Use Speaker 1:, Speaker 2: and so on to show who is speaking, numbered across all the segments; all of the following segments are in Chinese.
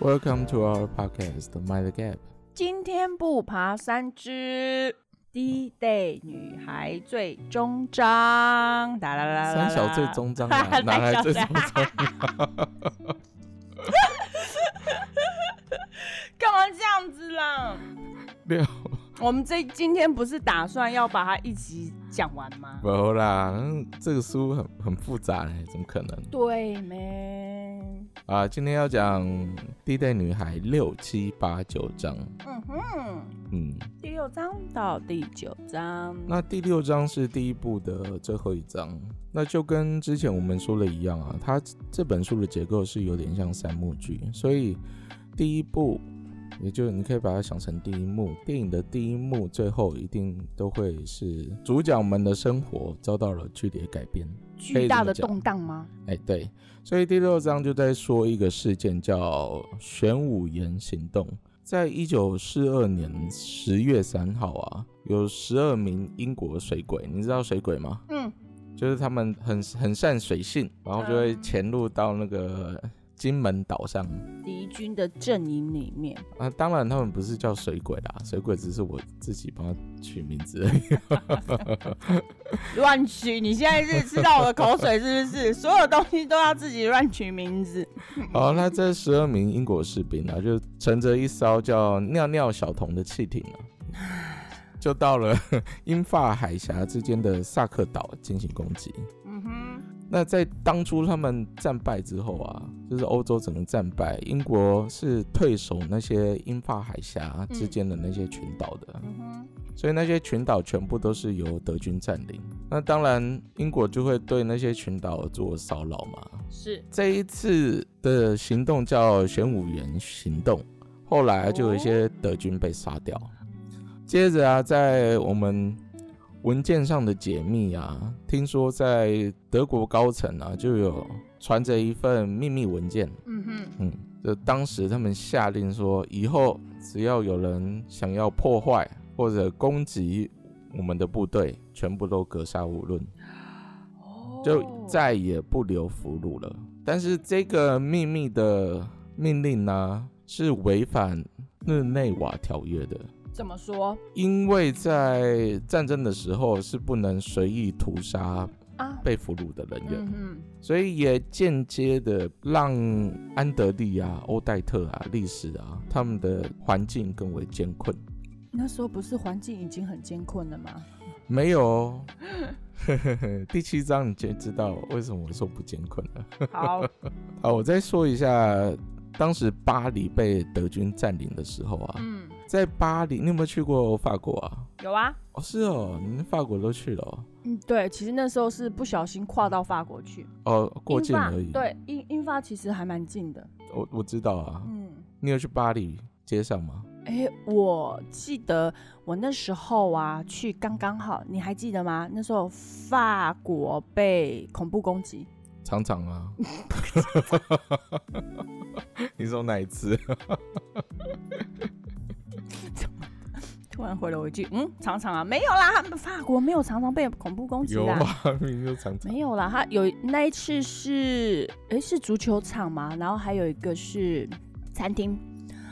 Speaker 1: Welcome to our podcast, Mind the Gap。
Speaker 2: 今天不爬山之低 day 女孩最终章，哒啦啦啦啦
Speaker 1: 三小最终章啊
Speaker 2: 三小
Speaker 1: 哪来最终章啊？
Speaker 2: 干嘛这样子啦？
Speaker 1: 六
Speaker 2: 我们这今天不是打算要把它一起讲完吗？
Speaker 1: 没啦，嗯这个书很很复杂嘞，怎么可能
Speaker 2: 对没？
Speaker 1: 啊？今天要讲《第一代女孩》六七八九章，
Speaker 2: 嗯哼，
Speaker 1: 嗯，
Speaker 2: 第六章到第九章，
Speaker 1: 那第六章是第一部的最后一章，那就跟之前我们说的一样啊，它这本书的结构是有点像三幕剧，所以第一部，也就你可以把它想成第一幕，电影的第一幕最后一定都会是主角们的生活遭到了剧烈改变。
Speaker 2: 巨大的
Speaker 1: 可以这么讲
Speaker 2: 动荡吗？
Speaker 1: 哎，对，所以第六章就在说一个事件，叫玄武岩行动。在一九四二年十月三号啊，有十二名英国水鬼，你知道水鬼吗？
Speaker 2: 嗯，
Speaker 1: 就是他们很很善水性，然后就会潜入到那个金门岛上。
Speaker 2: 敌军的阵营里面，
Speaker 1: 啊，当然他们不是叫水鬼啦，水鬼只是我自己帮他取名字而已。
Speaker 2: 乱取，你现在是吃到我的口水是 不是？所有东西都要自己乱取名字。
Speaker 1: 好，那这十二名英国士兵啊，就乘着一艘叫“尿尿小童”的汽 艇啊，就到了 英法海峡之间的萨克岛进行攻击。
Speaker 2: 嗯哼，
Speaker 1: 那在当初他们战败之后啊，就是欧洲整个战败，英国是退守那些英法海峡之间的那些群岛的。
Speaker 2: 嗯哼。
Speaker 1: 所以那些群岛全部都是由德军占领。那当然，英国就会对那些群岛做骚扰嘛。
Speaker 2: 是
Speaker 1: 这一次的行动叫玄武岩行动，后来就有一些德军被杀掉。接着啊，在我们文件上的解密啊，听说在德国高层啊就有传着一份秘密文件，
Speaker 2: 嗯哼，
Speaker 1: 嗯，就当时他们下令说，以后只要有人想要破坏或者攻击我们的部队，全部都格杀勿论，就
Speaker 2: 哦
Speaker 1: 再也不留俘虏了。但是这个秘密的命令呢、是违反日内瓦条约的。
Speaker 2: 怎么说
Speaker 1: 因为在战争的时候是不能随意屠杀
Speaker 2: 啊？
Speaker 1: 被俘虏的人员，
Speaker 2: 嗯
Speaker 1: 所以也间接的让安德利啊、欧代特啊、历史啊他们的环境更为艰困。
Speaker 2: 哼，那时候不是环境已经很艰困 了吗？
Speaker 1: 没有哦， 第七章你就知道为什么我说不艰困了。
Speaker 2: 好，
Speaker 1: 好，啊我再说一下，当时巴黎被德军占领的时候啊，
Speaker 2: 嗯，
Speaker 1: 在巴黎，你有没有去过法国啊？
Speaker 2: 有啊，
Speaker 1: 哦，是哦，你们法国都去了哦，
Speaker 2: 嗯，对，其实那时候是不小心跨到法国去，
Speaker 1: 哦过
Speaker 2: 英
Speaker 1: 境
Speaker 2: 法
Speaker 1: 而已。，
Speaker 2: 对，英英法其实还蛮近的，
Speaker 1: 我我知道啊，
Speaker 2: 嗯。
Speaker 1: 你有去巴黎街上吗？
Speaker 2: 哎，我记得我那时候啊，去刚刚好，你还记得吗？那时候法国被恐怖攻击，
Speaker 1: 常常啊。 你说哪一次？
Speaker 2: 突然回了我一句，嗯，常常啊，没有啦，他们法国没有常常被恐怖攻击
Speaker 1: 有
Speaker 2: 啦，
Speaker 1: 啊，明明就常常。
Speaker 2: 没有啦，他有那一次是，诶，是足球场嘛，然后还有一个是餐厅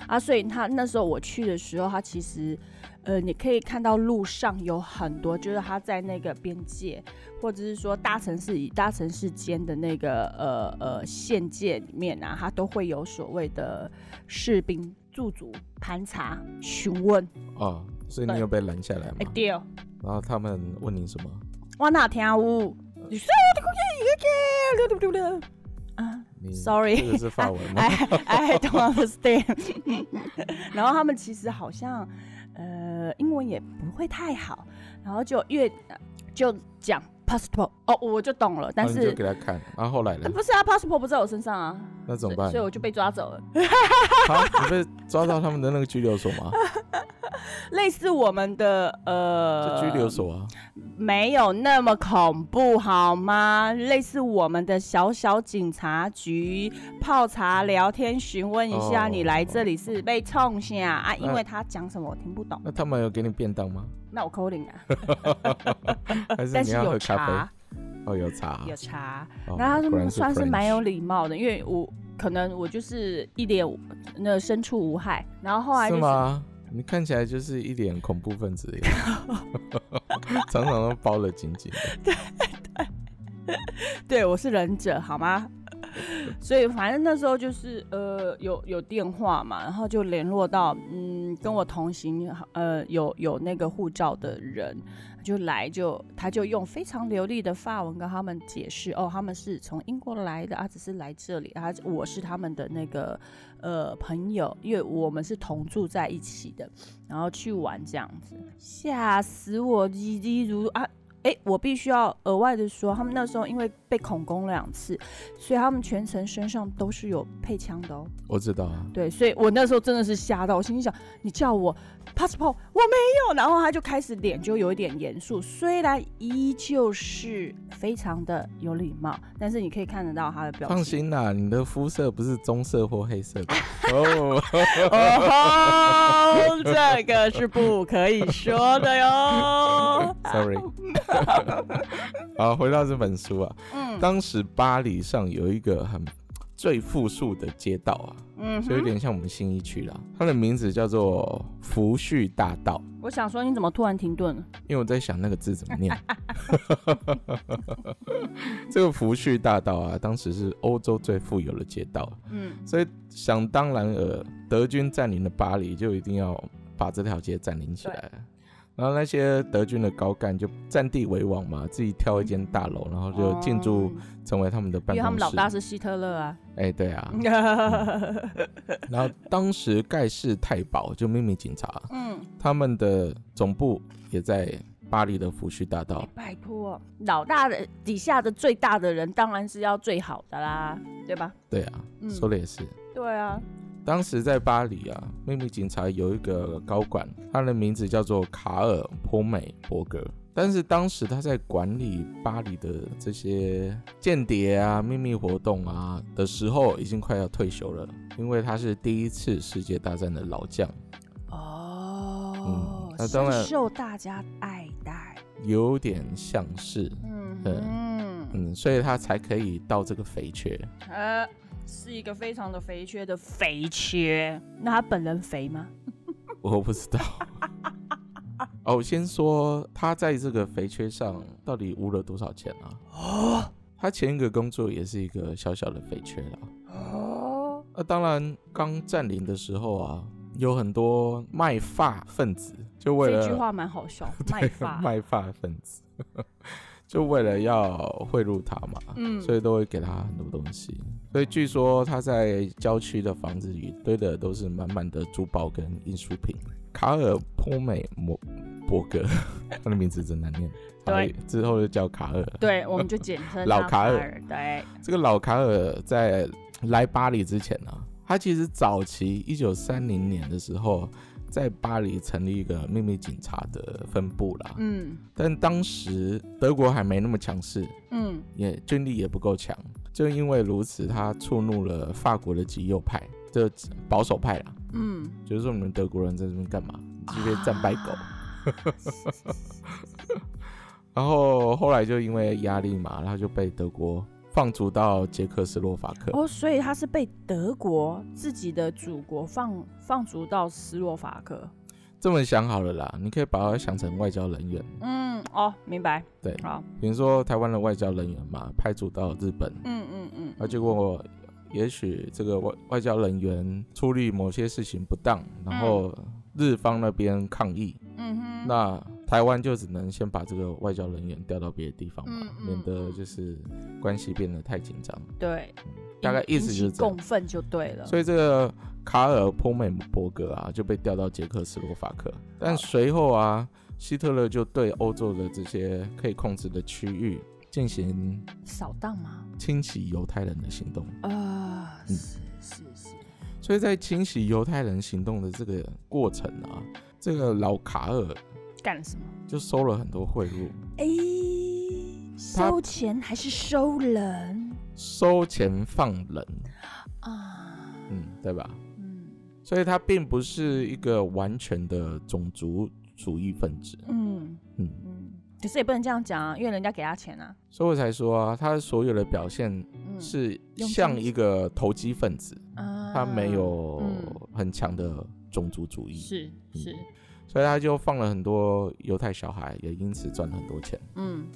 Speaker 2: 啊，所以他那时候我去的时候，他其实，呃，你可以看到路上有很多，就是他在那个边界，或者是说大城市与大城市间的那个呃呃县界里面啊，他都会有所谓的士兵驻足盘查询问，
Speaker 1: 哦，所以你有被拦下来吗
Speaker 2: 哎、？对哦，
Speaker 1: 然后他们问你什么？
Speaker 2: 我哪听有？你说我的故事一个个溜溜溜溜啊。
Speaker 1: 你
Speaker 2: Sorry 哎
Speaker 1: 这个是法 文吗？
Speaker 2: I I don't understand 。然后他们其实好像呃英文也不会太好，然后就越呃就讲 passport 哦，我就懂了，但
Speaker 1: 然后哦你
Speaker 2: 是
Speaker 1: 就、给他看，然后后来呢
Speaker 2: 呃？不是啊，passport 不在我身上啊，
Speaker 1: 那怎
Speaker 2: 所
Speaker 1: 么
Speaker 2: 以
Speaker 1: 办
Speaker 2: 所以？我就被抓走了，
Speaker 1: 好，你被抓到他们的那个拘留所吗？
Speaker 2: 类似我们的呃
Speaker 1: 这拘留所啊，
Speaker 2: 没有那么恐怖好吗？类似我们的小小警察局泡茶聊天，询问一下
Speaker 1: 哦哎
Speaker 2: 你来这里是被冲下啊，因
Speaker 1: 那
Speaker 2: 为他讲什么我听不懂，
Speaker 1: 那他们有给你便当吗？
Speaker 2: 那我扣零啊。
Speaker 1: 还是
Speaker 2: 呃但
Speaker 1: 你
Speaker 2: 是
Speaker 1: 要
Speaker 2: 有
Speaker 1: 喝咖
Speaker 2: 茶，
Speaker 1: 啡？哦，有茶啊。
Speaker 2: 有茶。
Speaker 1: 哦
Speaker 2: 然后他
Speaker 1: 果然
Speaker 2: 们算是蛮
Speaker 1: French
Speaker 2: 有礼貌的，因为我可能我就是一脸那身处无害，然后啊后来、就是
Speaker 1: 吗？你看起来就是一脸恐怖分子的样 子，常常都包得紧紧的。
Speaker 2: 对，我是忍者，好吗？ 所以反正那时候就是呃有有电话嘛，然后就联络到嗯跟我同行呃有有那个护照的人就来就他就用非常流利的法文跟他们解释哦他们是从英国来的，啊只是来这里，啊我是他们的那个呃朋友，因为我们是同住在一起的，然后去玩这样子，吓死我！叽叽如啊。哎、欸，我必须要额外的说，他们那时候因为被恐攻两次，所以他们全程身上都是有配枪的哦。
Speaker 1: 我知道啊。
Speaker 2: 对，所以我那时候真的是吓到，我心想：你叫我 passport，我没有。然后他就开始脸就有一点严肃，虽然依旧是非常的有礼貌，但是你可以看得到他的表情。
Speaker 1: 放心啦，你的肤色不是棕色或黑色 的。
Speaker 2: 哦，哦，这个是不可以说 的哟。
Speaker 1: Sorry。好，回到这本书啊，嗯，当时巴黎上有一个很最富庶的街道啊，嗯，就有点像我们新一区啦，它的名字叫做福煦大道。
Speaker 2: 我想说，你怎么突然停顿了？
Speaker 1: 因为我在想那个字怎么念。 这个福煦大道啊，当时是欧洲最富有的街道，嗯，所以想当然尔，德军占领了巴黎，就一定要把这条街占领起来。然后那些德军的高干就占地为王嘛，自己挑一间大楼，然后就进驻成为他们的办公室。因为
Speaker 2: 哦他们老大是希特勒 啊。
Speaker 1: 哎，对啊。嗯、然后当时盖世太保就秘密警察，嗯，他们的总部也在巴黎的福煦大道。哎、
Speaker 2: 拜托，哦老大的底下的最大的人当然是要最好的啦，对吧？
Speaker 1: 对啊，嗯、说的也是。
Speaker 2: 对啊。
Speaker 1: 当时在巴黎啊，秘密警察有一个高管，他的名字叫做卡尔·波美伯格。但是当时他在管理巴黎的这些间谍啊、秘密活动啊的时候，已经快要退休了，因为他是第一次世界大战的老将。
Speaker 2: 哦，嗯，那当然受大家爱戴，
Speaker 1: 有点像是，嗯嗯嗯，所以他才可以到这个肥缺。
Speaker 2: 呃是一个非常的肥缺的肥缺，那他本人肥吗？
Speaker 1: 我不知道。哦，我先说他在这个肥缺上到底污了多少钱啊？哦，他前一个工作也是一个小小的肥缺啦。哦，那、啊、当然，刚占领的时候啊，有很多卖发分子，就为了
Speaker 2: 这句话蛮 好笑，卖发
Speaker 1: 卖发分子。 就为了要贿赂他嘛，嗯，所以都会给他很多东西。所以据说他在郊区的房子里堆的都是满满的珠宝跟艺术品。卡尔·波美摩伯格， 他的名字真难念。
Speaker 2: 对，
Speaker 1: 之后就叫卡尔。
Speaker 2: 对，我们就简称
Speaker 1: 老
Speaker 2: 卡
Speaker 1: 尔。
Speaker 2: 对，
Speaker 1: 这个老卡尔在来巴黎之前呢、啊，他其实早期一九三零年的时候。在巴黎成立一个秘密警察的分部啦，嗯，但当时德国还没那么强势，嗯，也军力也不够强，就因为如此，他触怒了法国的极右派，就保守派啦，嗯，就是说你们德国人在这边干嘛？这边战败狗。啊、然后后来就因为压力嘛，他就被德国。放逐到捷克斯洛伐克
Speaker 2: 哦，所以他是被德国自己的祖国放放逐到斯洛伐克。
Speaker 1: 这么想好了啦，你可以把它想成外交人员。
Speaker 2: 嗯，哦，明白。
Speaker 1: 对，
Speaker 2: 好，
Speaker 1: 比如说台湾的外交人员嘛，派驻到日本。嗯嗯嗯。啊，结果也许这个外外交人员处理某些事情不当，然后
Speaker 2: 嗯
Speaker 1: 日方那边抗议。嗯哼。那。台湾就只能先把这个外交人员调到别的地方嘛，嗯嗯、免得就是关系变得太紧张。
Speaker 2: 对、
Speaker 1: 嗯，大概意思就是
Speaker 2: 共愤就对了。
Speaker 1: 所以这个卡尔·波美伯格啊就被调到捷克斯洛伐克，但随后啊，希特勒就对欧洲的这些可以控制的区域进行
Speaker 2: 扫荡吗？
Speaker 1: 清洗犹太人的行动
Speaker 2: 啊，是是是。
Speaker 1: 所以在清洗犹太人行动的这个过程啊，这个老卡尔。
Speaker 2: 干了什么？
Speaker 1: 就收了很多贿赂。
Speaker 2: 哎、欸，收钱还是收人？
Speaker 1: 收钱放人啊，嗯，对吧？嗯，所以他并不是一个完全的种族主义分子。嗯嗯嗯，
Speaker 2: 可是也不能这样讲啊，因为人家给他钱啊。
Speaker 1: 所以我才说啊，他所有的表现
Speaker 2: 嗯，
Speaker 1: 是
Speaker 2: 用
Speaker 1: 像
Speaker 2: 政
Speaker 1: 一个投机分子，
Speaker 2: 啊
Speaker 1: 他没有
Speaker 2: 嗯
Speaker 1: 很强的种族主义，
Speaker 2: 是是，
Speaker 1: 所以他就放了很多犹太小孩，也因此赚了很多钱。
Speaker 2: 嗯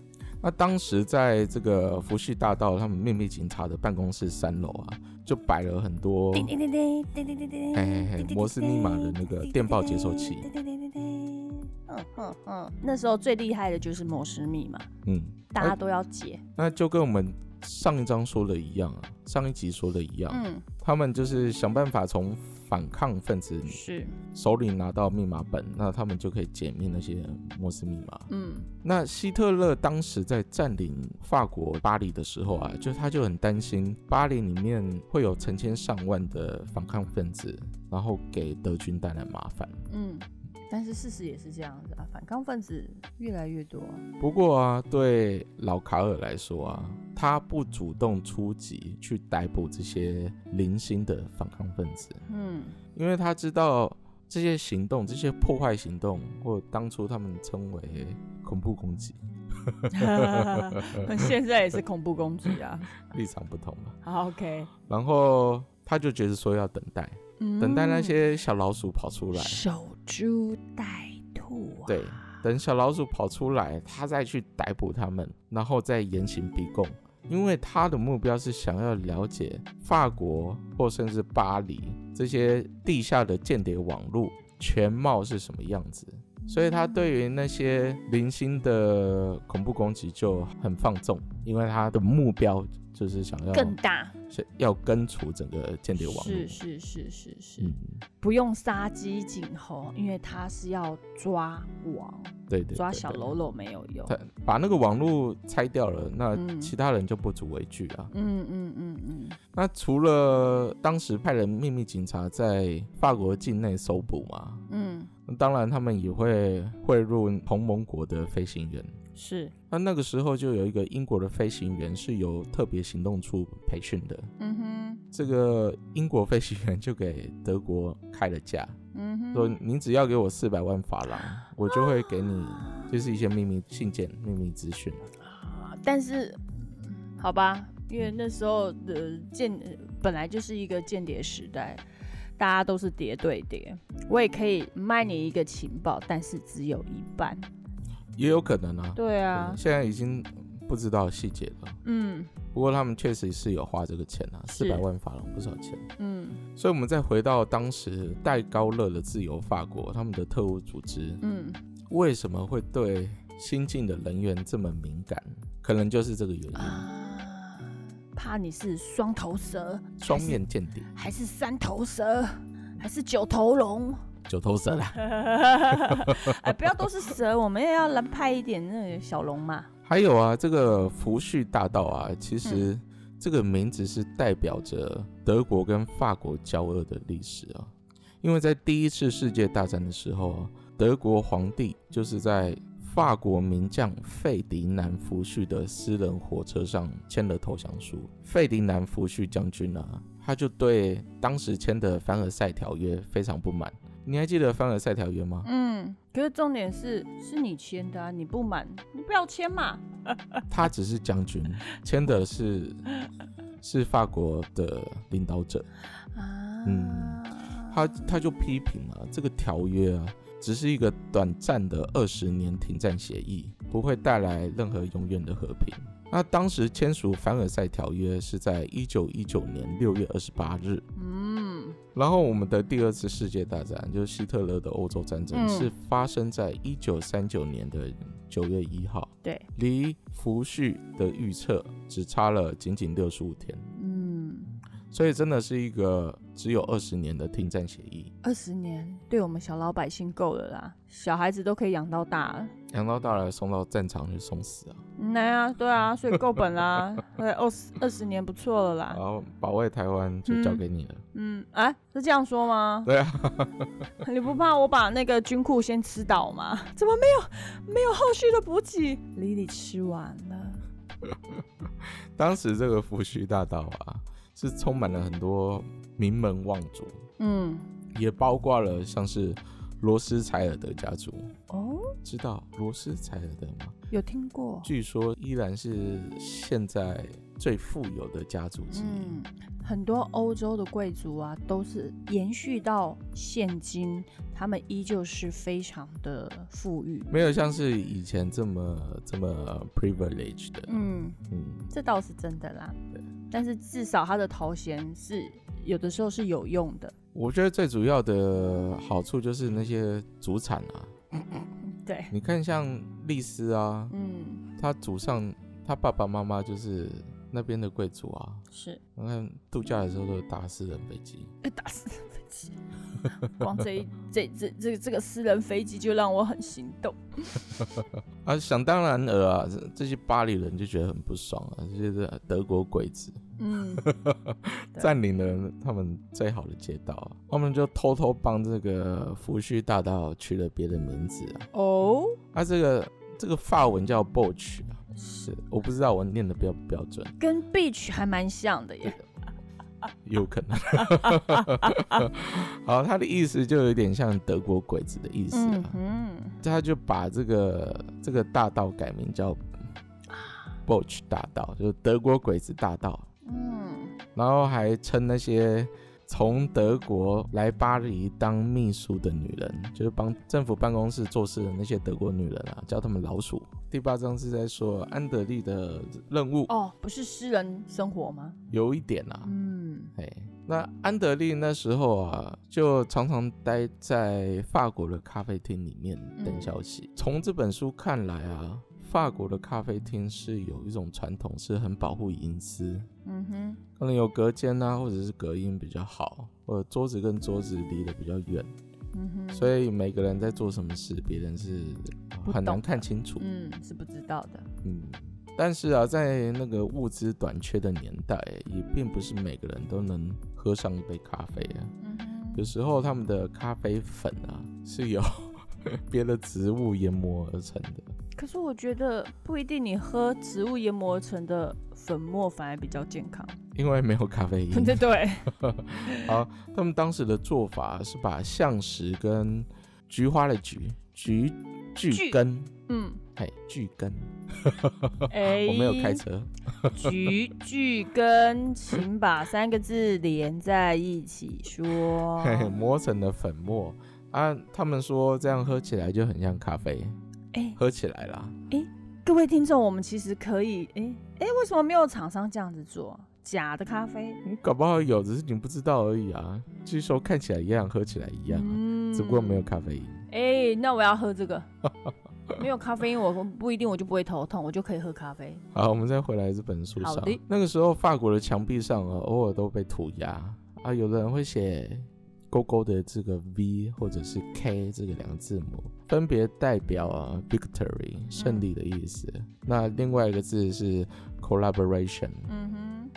Speaker 1: 那当时在这个福煦大道，他们秘密警察的办公室三楼啊，就摆了很多
Speaker 2: 叮叮叮叮叮叮叮叮，
Speaker 1: 哎哎哎
Speaker 2: 叮叮
Speaker 1: 摩斯密码的那个
Speaker 2: 叮
Speaker 1: 电报接收器
Speaker 2: 叮叮叮叮叮叮嗯嗯嗯，那时候最厉害的就是摩斯密码，
Speaker 1: 嗯，
Speaker 2: 大家都要解。
Speaker 1: 那就跟我们上一章说的一样啊，上一集说的一样，啊
Speaker 2: 嗯，
Speaker 1: 他们就是想办法从反抗分子
Speaker 2: 是，
Speaker 1: 手里拿到密码本，那他们就可以解密那些摩斯密码。
Speaker 2: 嗯
Speaker 1: 那希特勒当时在占领法国巴黎的时候啊，就他就很担心巴黎里面会有成千上万的反抗分子，然后给德军带来麻烦。
Speaker 2: 嗯。但是事实也是这样子啊，反抗分子越来越多啊、
Speaker 1: 不过啊，对老卡尔来说啊，他不主动出击去逮捕这些零星的反抗分子，
Speaker 2: 嗯，
Speaker 1: 因为他知道这些行动、这些破坏行动，或当初他们称为恐怖攻击，
Speaker 2: 现在也是恐怖攻击啊。
Speaker 1: 立场不同嘛。
Speaker 2: 好，OK，
Speaker 1: 然后他就觉得说要等待，等待那
Speaker 2: 嗯
Speaker 1: 些小老鼠跑出来，
Speaker 2: 守株待兔、啊。
Speaker 1: 对，等小老鼠跑出来，他再去逮捕他们，然后再严刑逼供。因为他的目标是想要了解法国或甚至巴黎这些地下的间谍网络全貌是什么样子，所以他对于那些零星的恐怖攻击就很放纵，因为他的目标就是想要
Speaker 2: 更大，
Speaker 1: 是要根除整个间谍网络。
Speaker 2: 是是是是是，
Speaker 1: 嗯，
Speaker 2: 不用杀鸡儆猴，因为他是要抓王，
Speaker 1: 对对对
Speaker 2: 抓
Speaker 1: 对
Speaker 2: 小喽啰没有用。
Speaker 1: 他把那个网络拆掉了，那
Speaker 2: 嗯
Speaker 1: 其他人就不足为惧啊。
Speaker 2: 嗯嗯嗯
Speaker 1: 那除了当时派人秘密警察在法国境内搜捕嘛，
Speaker 2: 嗯嗯，
Speaker 1: 那当然他们也会贿赂同盟国的飞行员。
Speaker 2: 是，
Speaker 1: 那那个时候就有一个英国的飞行员是由特别行动处培训的，
Speaker 2: 嗯哼，
Speaker 1: 这个英国飞行员就给德国开了价，
Speaker 2: 嗯哼，
Speaker 1: 说你只要给我四百万法郎，我就会给你就是一些秘密信件、秘密资讯。
Speaker 2: 啊但是嗯好吧，因为那时候的间呃本来就是一个间谍时代，大家都是谍对谍。我也可以卖你一个情报，但是只有一半。
Speaker 1: 也有可能啊，
Speaker 2: 对啊
Speaker 1: 嗯，现在已经不知道细节了。
Speaker 2: 嗯
Speaker 1: 不过他们确实是有花这个钱啊，四
Speaker 2: 是
Speaker 1: 百万法郎不少钱。
Speaker 2: 嗯
Speaker 1: 所以我们再回到当时戴高乐的自由法国，他们的特务组织
Speaker 2: 嗯
Speaker 1: 为什么会对新进的人员这么敏感？可能就是这个原因，
Speaker 2: 啊，怕你是双头蛇，
Speaker 1: 双面间谍，
Speaker 2: 还是三头蛇，还是九头龙？
Speaker 1: 九头蛇啦。
Speaker 2: 哎，不要都是蛇，我们也要来派一点那个小龙嘛。
Speaker 1: 还有啊，这个福煦大道啊，其实这个名字是代表着德国跟法国交恶的历史啊。因为在第一次世界大战的时候啊，德国皇帝就是在法国名将费迪南·福煦的私人火车上签了投降书。费迪南·福煦将军啊，他就对当时签的《凡尔赛条约》非常不满。你还记得《凡尔赛条约》吗？
Speaker 2: 嗯，可是重点是，是你签的啊，你不满，你不要签嘛。
Speaker 1: 他只是将军，签的是是法国的领导者，
Speaker 2: 啊，
Speaker 1: 嗯他他就批评了、这个条约啊，只是一个短暂的二十年停战协议，不会带来任何永远的和平。那当时签署《凡尔赛条约》是在一九一九年六月二十八日，
Speaker 2: 嗯
Speaker 1: 然后我们的第二次世界大战，就是希特勒的欧洲战争，
Speaker 2: 嗯
Speaker 1: 是发生在一九三九年的九月一号，
Speaker 2: 对，
Speaker 1: 离福煦的预测只差了仅仅六十五天，
Speaker 2: 嗯，
Speaker 1: 所以真的是一个只有二十年的停战协议。
Speaker 2: 二十年对我们小老百姓够了啦，小孩子都可以养到大了。
Speaker 1: 养到大了送到战场去送死啊，
Speaker 2: 嗯对啊，对啊，所以够本 啦，对，二十二十年不错了
Speaker 1: 然
Speaker 2: 啦。
Speaker 1: 后保卫台湾就交给你了。
Speaker 2: 啊嗯，哎、是这样说吗？
Speaker 1: 对啊，
Speaker 2: 你不怕我把那个军库先吃倒吗？怎么没有没有后续的补给？李李吃完了。
Speaker 1: 当时这个福煦大道啊，是充满了很多名门望族，
Speaker 2: 嗯
Speaker 1: 也包括了像是罗斯柴尔德家族。
Speaker 2: 哦，
Speaker 1: 知道罗斯柴尔德吗？
Speaker 2: 有听过，
Speaker 1: 据说依然是现在最富有的家族之一。
Speaker 2: 嗯，很多欧洲的贵族啊，都是延续到现今，他们依旧是非常的富裕。
Speaker 1: 没有像是以前这么这么 privileged 的，
Speaker 2: 嗯，
Speaker 1: 嗯，
Speaker 2: 这倒是真的啦
Speaker 1: 对。
Speaker 2: 但是至少他的头衔是有的时候是有用的。
Speaker 1: 我觉得最主要的好处就是那些祖产啊，
Speaker 2: 对，
Speaker 1: 你看像丽丝啊，
Speaker 2: 嗯，
Speaker 1: 她祖上她爸爸妈妈就是那边的贵族啊，
Speaker 2: 是。
Speaker 1: 你看度假的时候都有搭私人飞机，
Speaker 2: 被哎打私人飞机， 光这一这这这这个私人飞机就让我很心动。
Speaker 1: 啊，想当然尔啊，这这些巴黎人就觉得很不爽啊，这些德国鬼子
Speaker 2: 嗯，对
Speaker 1: 占领了他们最好的街道、啊，他们就偷偷帮这个福煦大道取了别的名字啊，
Speaker 2: 哦，
Speaker 1: 啊，这个这个法文叫 b o c h 啊，是我不知道我念的标不标准，
Speaker 2: 跟 beach 还蛮像的耶。
Speaker 1: 有可能。 好，他的意思就有点像德国鬼子的意思
Speaker 2: 嗯
Speaker 1: 啊，
Speaker 2: 哼，
Speaker 1: 他就把这个这个大道改名叫 b o c h 大道，就是德国鬼子大道。
Speaker 2: 嗯，
Speaker 1: 然后还称那些从德国来巴黎当秘书的女人，就是帮政府办公室做事的那些德国女人啊，叫她们老鼠。第八章是在说安德利的任务，
Speaker 2: 哦，不是诗人生活吗？
Speaker 1: 有一点啊，
Speaker 2: 嗯，
Speaker 1: 哎，那安德利那时候啊，就常常待在法国的咖啡厅里面等消息。从这本书看来啊，法国的咖啡厅是有一种传统，是很保护隐私，
Speaker 2: 嗯哼，
Speaker 1: 可能有隔间啊，或者是隔音比较好，或者桌子跟桌子离得比较远，
Speaker 2: 嗯哼，
Speaker 1: 所以每个人在做什么事，别人是
Speaker 2: 不
Speaker 1: 很难
Speaker 2: 懂
Speaker 1: 看清楚。
Speaker 2: 嗯是不知道的。
Speaker 1: 嗯，但是啊，在那个物资短缺的年代，也并不是每个人都能喝上一杯咖啡啊。
Speaker 2: 嗯
Speaker 1: 有
Speaker 2: 哼，
Speaker 1: 时候他们的咖啡粉啊是由 别的植物研磨而成的。
Speaker 2: 可是我觉得不一定，你喝植物研磨而成的粉末反而比较健 康。
Speaker 1: 因为没有咖啡 因，
Speaker 2: 对对，
Speaker 1: 好，他们当时的做法是把橡石跟菊花的菊菊
Speaker 2: 菊
Speaker 1: 苣根，
Speaker 2: 嗯，
Speaker 1: 哎，苣根，
Speaker 2: 哎，
Speaker 1: 我没有开车，
Speaker 2: 菊苣跟请把三个字连在一起 说。
Speaker 1: 嘿嘿，磨成的粉末啊。他们说这样喝起来就很像咖啡，
Speaker 2: 哎，
Speaker 1: 喝起来啦。
Speaker 2: 各位听众，我们其实可以，哎哎，为什么没有厂商这样子做？假的咖啡
Speaker 1: 你搞不好有，只是你不知道而已啊。据说看起来一样，喝起来一样啊，
Speaker 2: 嗯
Speaker 1: 只不过没有。咖啡因。
Speaker 2: 哎，那我要喝这 个，没有咖啡因，我不一定我就不会头痛，我就可以喝咖啡。
Speaker 1: 好，我们再回来这本书
Speaker 2: 好
Speaker 1: 上
Speaker 2: 的。
Speaker 1: 那个时候，法国的墙壁上啊，偶尔都被涂鸦啊，有的人会写勾勾的这个 V 或者是 K 这个两个字母，分别代表啊 victory 胜利的意思。那另外一个字是 collaboration
Speaker 2: 嗯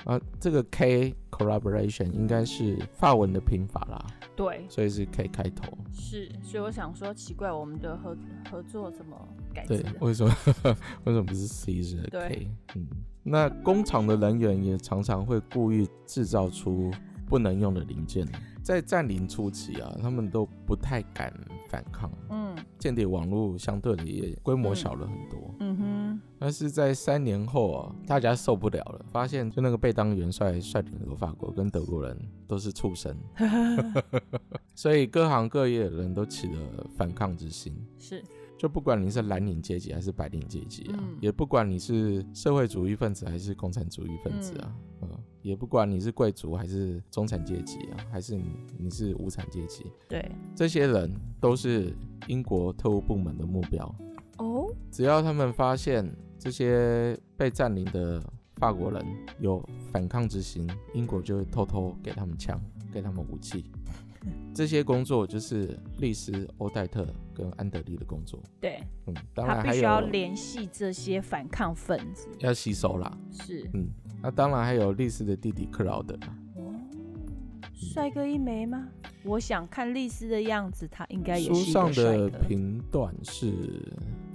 Speaker 1: 啊，这个 K collaboration 应该是法文的拼法啦，
Speaker 2: 哼，对，
Speaker 1: 所以是 K 开头。
Speaker 2: 是，所以我想说，奇怪，我们的合合作怎么改
Speaker 1: 对
Speaker 2: 字？，
Speaker 1: 为什么 为什么不是 C 是
Speaker 2: 对
Speaker 1: K？嗯，那工厂的人员也常常会故意制造出不能用的零件。在占领初期啊，他们都不太敢反抗。
Speaker 2: 嗯
Speaker 1: 间谍网络相对的也规模
Speaker 2: 嗯
Speaker 1: 小了很多，
Speaker 2: 嗯哼，
Speaker 1: 但是在三年后啊，大家受不了了，发现就那个贝当元帅率领的法国跟德国人都是畜生， 所以各行各业的人都起了反抗之心。
Speaker 2: 是，
Speaker 1: 就不管你是蓝领阶级还是白领阶级啊，
Speaker 2: 嗯
Speaker 1: 也不管你是社会主义分子还是共产主义分子啊，嗯，也不管你是贵族还是中产阶级啊，还是你你是无产阶级，
Speaker 2: 对，
Speaker 1: 这些人都是英国特务部门的目标。
Speaker 2: 哦，
Speaker 1: 只要他们发现这些被占领的法国人有反抗之心，英国就会偷偷给他们枪，给他们武器。这些工作就是利斯、欧黛特跟安德利的工作。
Speaker 2: 对。
Speaker 1: 嗯，当
Speaker 2: 他
Speaker 1: 然
Speaker 2: 必
Speaker 1: 还
Speaker 2: 须要
Speaker 1: 有
Speaker 2: 联系这些反抗分子，
Speaker 1: 要吸收啦。
Speaker 2: 是
Speaker 1: 嗯，那当然还有丽丝的弟弟克劳德，
Speaker 2: 哦，帅哥一枚吗？我想看丽丝的样子，他应该也
Speaker 1: 书
Speaker 2: 是一个
Speaker 1: 上
Speaker 2: 帅
Speaker 1: 的
Speaker 2: 哥。
Speaker 1: 评断是，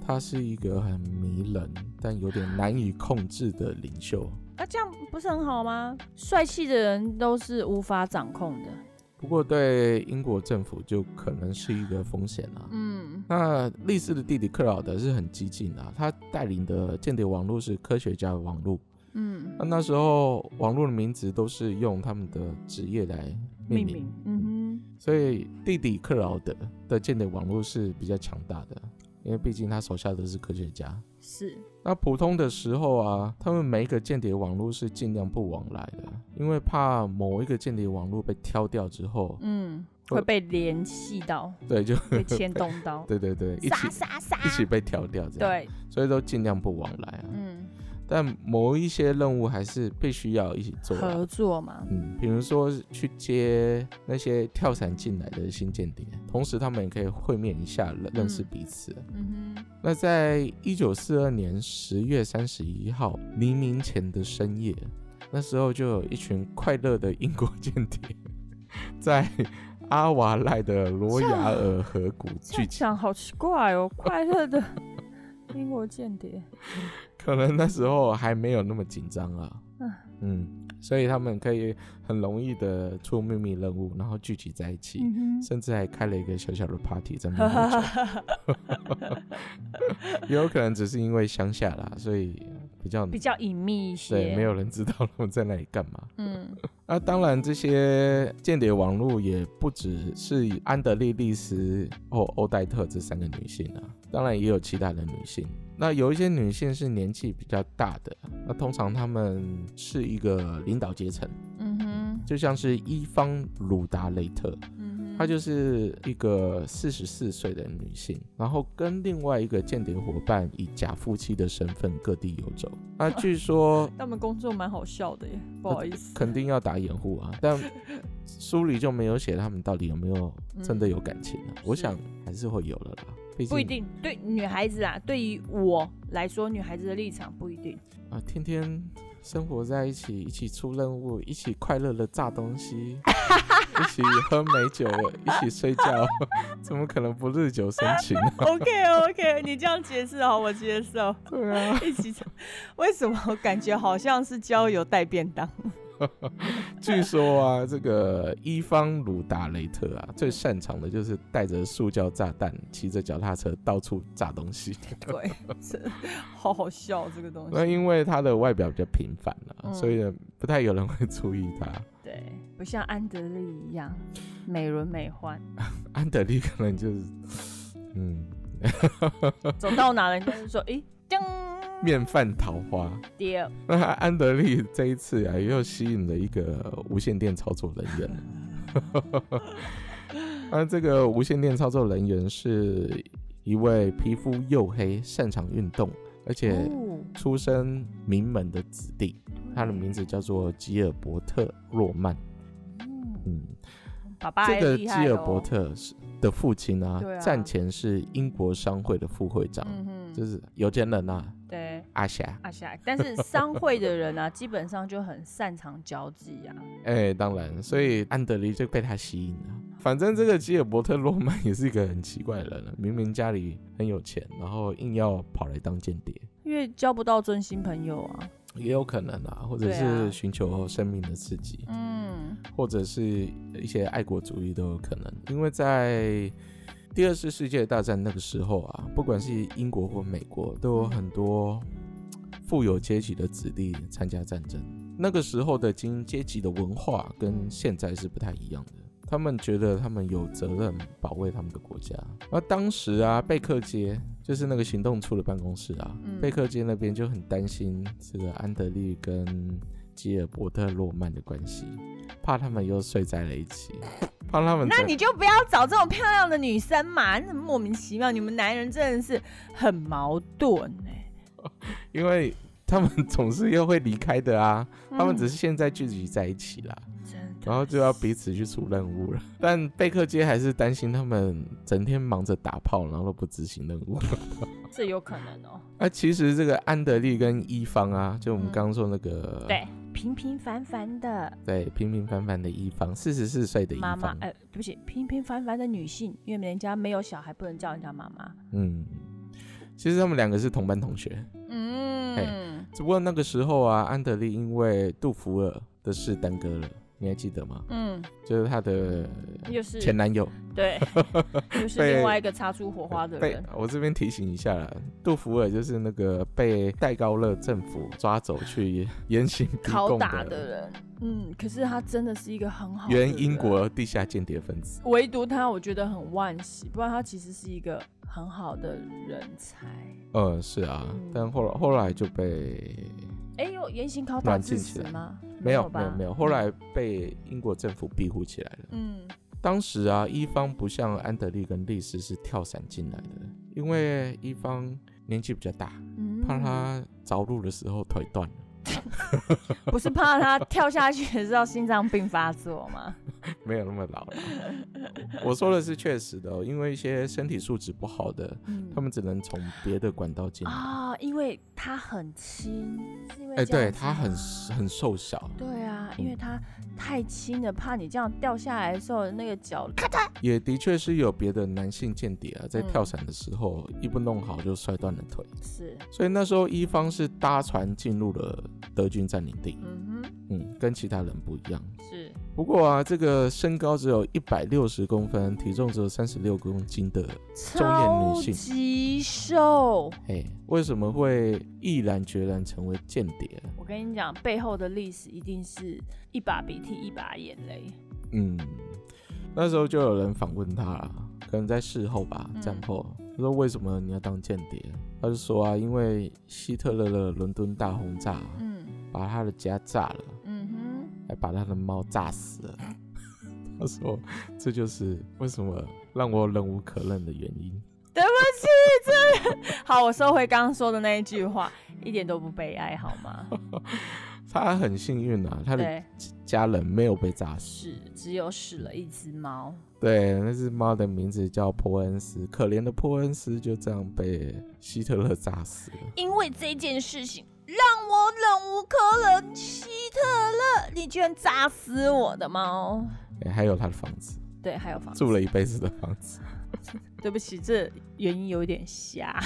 Speaker 1: 他是一个很迷人但有点难以控制的领袖。
Speaker 2: 啊那、这样不是很好吗？帅气的人都是无法掌控的，
Speaker 1: 不过对英国政府就可能是一个风险啊。
Speaker 2: 嗯
Speaker 1: 那利斯的弟弟克劳德是很激进的啊、他带领的间谍网络是科学家的网络。
Speaker 2: 嗯，
Speaker 1: 那那时候网络的名字都是用他们的职业来命名，
Speaker 2: 命名，嗯
Speaker 1: 所以弟弟克劳德的间谍网络是比较强大的，因为毕竟他手下都是科学家。
Speaker 2: 哼，是，
Speaker 1: 那普通的时候啊，他们每一个间谍网络是尽量不往来的，因为怕某一个间谍网络被挑掉之后，
Speaker 2: 嗯，
Speaker 1: 会
Speaker 2: 会被联系 到，
Speaker 1: 对，就，
Speaker 2: 被牵动到
Speaker 1: 对对对，一起
Speaker 2: 杀杀杀，
Speaker 1: 一起被挑掉这样，，
Speaker 2: 对，
Speaker 1: 所以都尽量不往来啊。
Speaker 2: 嗯，
Speaker 1: 但某一些任务还是必须要一起做啊、
Speaker 2: 合作嘛，
Speaker 1: 嗯，比如说去接那些跳伞进来的新间谍，同时他们也可以会面一下，认认识彼此。
Speaker 2: 嗯哼，
Speaker 1: 那在一九四二年十月三十一号黎明前的深夜，那时候就有一群快乐的英国间谍在阿瓦赖的罗雅尔河谷
Speaker 2: 这样
Speaker 1: 聚集。
Speaker 2: 讲好奇怪哦， 快乐的英国间谍，
Speaker 1: 可能那时候还没有那么紧张啊
Speaker 2: 嗯。
Speaker 1: 嗯，所以他们可以很容易的出秘密任务，然后聚集在一起。
Speaker 2: 嗯
Speaker 1: 甚至还开了一个小小的 party 在那边喝 酒，
Speaker 2: 哼，
Speaker 1: 也有可能只是因为乡下啦，所以比较
Speaker 2: 比较隐秘一
Speaker 1: 对
Speaker 2: 些，
Speaker 1: 没，有人知道他们在那里干嘛。
Speaker 2: 嗯
Speaker 1: 那、当然，这些间谍网络也不只是以安德利、丽丝或欧黛特这三个女性啊，当然也有其他的女性。那有一些女性是年纪比较大的，那通常她们是一个领导阶层，
Speaker 2: 嗯哼，
Speaker 1: 就像是伊方·鲁达雷特，
Speaker 2: 嗯哼，
Speaker 1: 她就是一个四十四岁的女性，然后跟另外一个间谍伙伴以假夫妻的身份各地游走。那据说
Speaker 2: 他们工作蛮好笑的耶，不好意思，
Speaker 1: 肯定要打掩护啊， 但书里就没有写他们到底有没有真的有感情啊。
Speaker 2: 嗯
Speaker 1: 我
Speaker 2: 是
Speaker 1: 想还是会有了啦，毕竟
Speaker 2: 不一定，对女孩子啊，对于我来说，女孩子的立场不一 定。
Speaker 1: 啊，天天生活在一起，一起出任务，一起快乐的炸东 西，一起喝美酒，一起睡觉， 怎么可能不日久生情呢、
Speaker 2: OK OK，你这样解释好，我接受。
Speaker 1: 对啊。
Speaker 2: 一起唱，为什么我感觉好像是郊游带 便当？
Speaker 1: 据说啊，这个伊方鲁达雷特啊，最擅长的就是带着塑胶炸弹，骑着脚踏车到处炸东西。
Speaker 2: 对，这好好笑这个东
Speaker 1: 那
Speaker 2: 西。
Speaker 1: 因为他的外表比较平凡了、
Speaker 2: 嗯
Speaker 1: 所以呢不太有人会注意他。
Speaker 2: 对，不像安德利一样美轮美奂，
Speaker 1: 安德利可能就是，嗯，
Speaker 2: 走到哪人家就说：“咦，噔，
Speaker 1: 面泛桃花。
Speaker 2: 爹。
Speaker 1: 那安德利这一次啊，又吸引了一个无线电操作人员。 那这个无线电操作人员是一位皮肤黝黑、擅长运动，而且
Speaker 2: 哦
Speaker 1: 出身名门的子弟。他的名字叫做吉尔伯特·洛曼。
Speaker 2: 嗯
Speaker 1: 嗯，
Speaker 2: 爸爸还
Speaker 1: 这个
Speaker 2: 厉
Speaker 1: 吉
Speaker 2: 害
Speaker 1: 尔
Speaker 2: 哦
Speaker 1: 伯，特是的父亲啊
Speaker 2: 对，啊
Speaker 1: 战前是英国商会的副会长，
Speaker 2: 嗯哼，
Speaker 1: 就是有钱人啊，
Speaker 2: 对。
Speaker 1: 阿霞。
Speaker 2: 阿霞，但是商会的人啊， 基本上就很擅长交际啊。
Speaker 1: 哎、当然，所以安德利就被他吸引了。反正这个吉尔伯特·洛曼也是一个很奇怪的人啊，明明家里很有钱，然后硬要跑来当间谍，
Speaker 2: 因为交不到真心朋友啊。
Speaker 1: 也有可能啊，或者
Speaker 2: 对啊
Speaker 1: 是寻求生命的刺激。
Speaker 2: 嗯，
Speaker 1: 或者是一些爱国主义都有可能，因为在第二次世界大战那个时候啊，不管是英国或美国，都有很多嘖富有阶级的子弟参加战争。那个时候的精英阶级的文化跟现在是不太一样的，他们觉得他们有责任保卫他们的国家。而当时啊，贝克街就是那个行动处的办公室啊，
Speaker 2: 嗯
Speaker 1: 贝克街那边就很担心这个安德利跟吉尔伯特·洛曼的关系，怕他们又睡在了一起，怕他们
Speaker 2: 那
Speaker 1: 整
Speaker 2: 你就不要找这种漂亮的女生嘛，那莫名其妙，你们男人真的是很矛盾哎、
Speaker 1: 因为他们总是又会离开的啊，他们只
Speaker 2: 是
Speaker 1: 是现在聚集在一起啦，
Speaker 2: 嗯真的，
Speaker 1: 然后就要彼此去出任务了。 但贝克街还是担心他们整天忙着打炮，然后都不执行任务。
Speaker 2: 这有可能哦、
Speaker 1: 那、其实这个安德利跟伊方啊，就我们
Speaker 2: 嗯
Speaker 1: 刚刚说那个、
Speaker 2: 对，平平凡凡的
Speaker 1: 对平平凡凡的伊方，四十四岁的伊
Speaker 2: 妈
Speaker 1: 方，
Speaker 2: 妈，哎、对不起，平平凡凡的女性，因为人家没有小孩，不能叫人家妈妈。
Speaker 1: 嗯，其实他们两个是同班同学。
Speaker 2: 嗯，
Speaker 1: 只不过那个时候啊，安德利因为杜福尔的事耽搁了，你还记得吗？
Speaker 2: 嗯，
Speaker 1: 就是她的
Speaker 2: 又是
Speaker 1: 前男友
Speaker 2: 对， 又是
Speaker 1: 被
Speaker 2: 另外一个擦出火花的
Speaker 1: 被
Speaker 2: 人。
Speaker 1: 我这边提醒一下啦，杜福尔就是那个被戴高乐政府抓走去严刑逼
Speaker 2: 拷
Speaker 1: 供
Speaker 2: 打的人，嗯，可是他真的是一个很好的
Speaker 1: 原
Speaker 2: 人
Speaker 1: 英，国地下间谍分子。
Speaker 2: 唯独他我觉得很惋惜，不然他其实是一个很好的人才。
Speaker 1: 嗯，是啊，
Speaker 2: 嗯
Speaker 1: 但后来后来就被
Speaker 2: 哎、有严刑拷打
Speaker 1: 软
Speaker 2: 致
Speaker 1: 禁
Speaker 2: 死
Speaker 1: 起来
Speaker 2: 吗？
Speaker 1: 没有没
Speaker 2: 吧
Speaker 1: 有没有，后，来被英国政府庇护起来了。
Speaker 2: 嗯
Speaker 1: 当时啊，一方不像安德利跟丽丝是跳伞进来的，因为一方年纪比较大，
Speaker 2: 嗯，
Speaker 1: 怕他着陆的时候腿断了。
Speaker 2: 嗯不是怕他跳下去的时候心脏病发作吗？
Speaker 1: 没有那么老了，我说的是确实的哦、因为一些身体素质不好的，
Speaker 2: 嗯
Speaker 1: 他们只能从别的管道进来。
Speaker 2: 啊、因为他很轻，是因为
Speaker 1: 哎、
Speaker 2: 这样
Speaker 1: 对
Speaker 2: 子啊
Speaker 1: 他很
Speaker 2: 吗
Speaker 1: 很瘦小，
Speaker 2: 对啊，因
Speaker 1: 嗯
Speaker 2: 为他太轻了，怕你这样掉下来的时候那个脚咔嚓。
Speaker 1: 也的确是有别的男性间谍啊，在
Speaker 2: 嗯
Speaker 1: 跳伞的时候、一不弄好就摔断了腿。
Speaker 2: 是，
Speaker 1: 所以那时候一方是搭船进入了德军占领地，
Speaker 2: 嗯哼，
Speaker 1: 嗯，跟其他人不一样。
Speaker 2: 是，
Speaker 1: 不过啊，这个身高只有一百六十公分，体重只有三十六公斤的，中年
Speaker 2: 超
Speaker 1: 女性
Speaker 2: 级瘦。
Speaker 1: 哎，为什么会毅然决然成为间谍？
Speaker 2: 我跟你讲，背后的历史一定是一把鼻涕一把眼泪。
Speaker 1: 嗯，那时候就有人访问他啦，可能在事后吧，
Speaker 2: 嗯
Speaker 1: 战后，他说为什么你要当间谍？他就说啊，因为希特勒的伦敦大轰炸，
Speaker 2: 嗯
Speaker 1: 把他的家炸了，
Speaker 2: 嗯
Speaker 1: 还把他的猫炸死了。 他说这就是为什么让我忍无可忍的原因。
Speaker 2: 哼，对不起，这 好，我收回刚刚说的那一句话，一点都不悲哀，好 吗？
Speaker 1: 他很幸运啊，他的
Speaker 2: 对，
Speaker 1: 家人没有被炸死。
Speaker 2: 是只有死了一只猫。
Speaker 1: 对，那只猫的名字叫波恩斯，可怜的波恩斯就这样被希特勒炸死了。
Speaker 2: 因为这件事情让我忍无可忍，希特勒，你居然炸死我的猫！
Speaker 1: 哎，还有他的房子，
Speaker 2: 对，还有房子
Speaker 1: 住，了一辈子的房 子。
Speaker 2: 对不起，这原因有点瞎，